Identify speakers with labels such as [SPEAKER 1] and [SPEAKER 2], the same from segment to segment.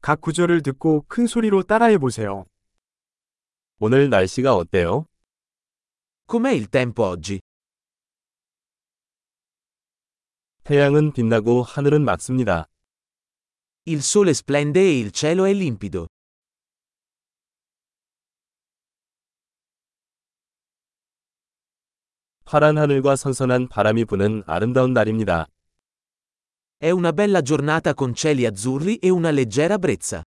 [SPEAKER 1] 각 구절을 듣고 큰 소리로 따라해 보세요.
[SPEAKER 2] 오늘 날씨가 어때요?
[SPEAKER 3] Com'è il tempo oggi?
[SPEAKER 2] 태양은 빛나고 하늘은 맑습니다.
[SPEAKER 3] Il sole splende e il cielo è limpido.
[SPEAKER 2] 파란 하늘과 선선한 바람이 부는 아름다운 날입니다.
[SPEAKER 3] È una bella giornata con cieli azzurri e una leggera brezza.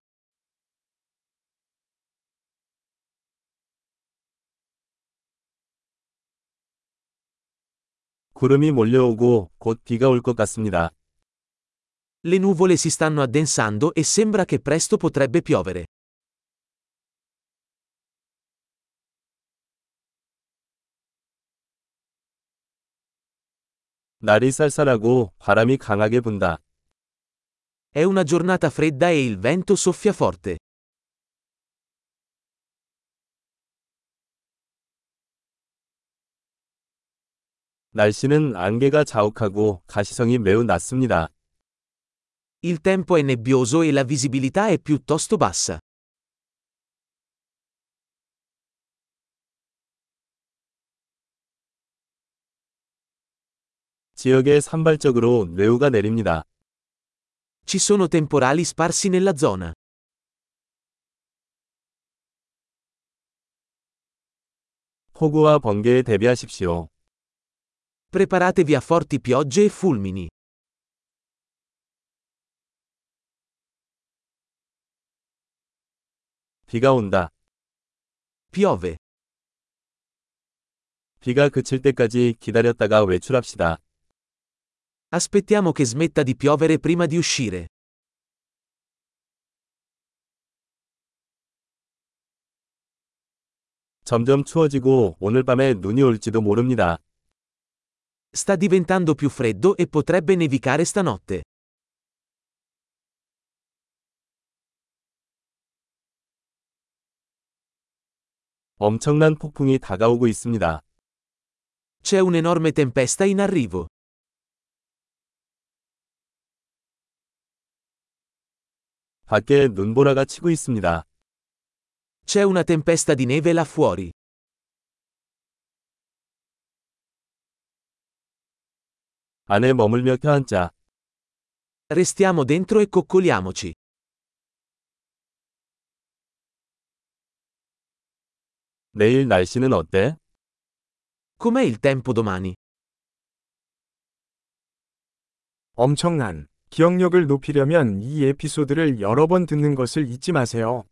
[SPEAKER 2] 구름이 몰려오고 곧 비가 올 것 같습니다.
[SPEAKER 3] Le nuvole si stanno addensando e sembra che presto potrebbe piovere.
[SPEAKER 2] 날이 쌀쌀하고 바람이 강하게 분다.
[SPEAKER 3] È una giornata fredda e il vento soffia forte.
[SPEAKER 2] 날씨는 안개가 자욱하고 가시성이 매우 낮습니다.
[SPEAKER 3] Il tempo è nebbioso e la visibilità è piuttosto bassa.
[SPEAKER 2] 지역에 산발적으로 뇌우가 내립니다.
[SPEAKER 3] Ci sono temporali sparsi nella zona.
[SPEAKER 2] 폭우와 번개에 대비하십시오.
[SPEAKER 3] Preparatevi a forti piogge e fulmini.
[SPEAKER 2] 비가 온다.
[SPEAKER 3] Piove.
[SPEAKER 2] 비가 그칠 때까지 기다렸다가 외출합시다.
[SPEAKER 3] Aspettiamo che smetta di piovere prima di uscire.
[SPEAKER 2] 점점 추워지고 오늘 밤에 눈이 올지도 모릅니다.
[SPEAKER 3] Sta diventando più freddo e potrebbe nevicare stanotte.
[SPEAKER 2] 엄청난 폭풍이 다가오고 있습니다.
[SPEAKER 3] C'è un'enorme tempesta in arrivo.
[SPEAKER 2] 밖에 눈보라가 치고 있습니다.
[SPEAKER 3] C'è una tempesta di neve là fuori.
[SPEAKER 2] 안에 머물며 펴앉자.
[SPEAKER 3] Restiamo dentro e coccoliamoci.
[SPEAKER 2] 내일 날씨는 어때?
[SPEAKER 3] Com'è il tempo domani?
[SPEAKER 1] 엄청난 기억력을 높이려면 이 에피소드를 여러 번 듣는 것을 잊지 마세요.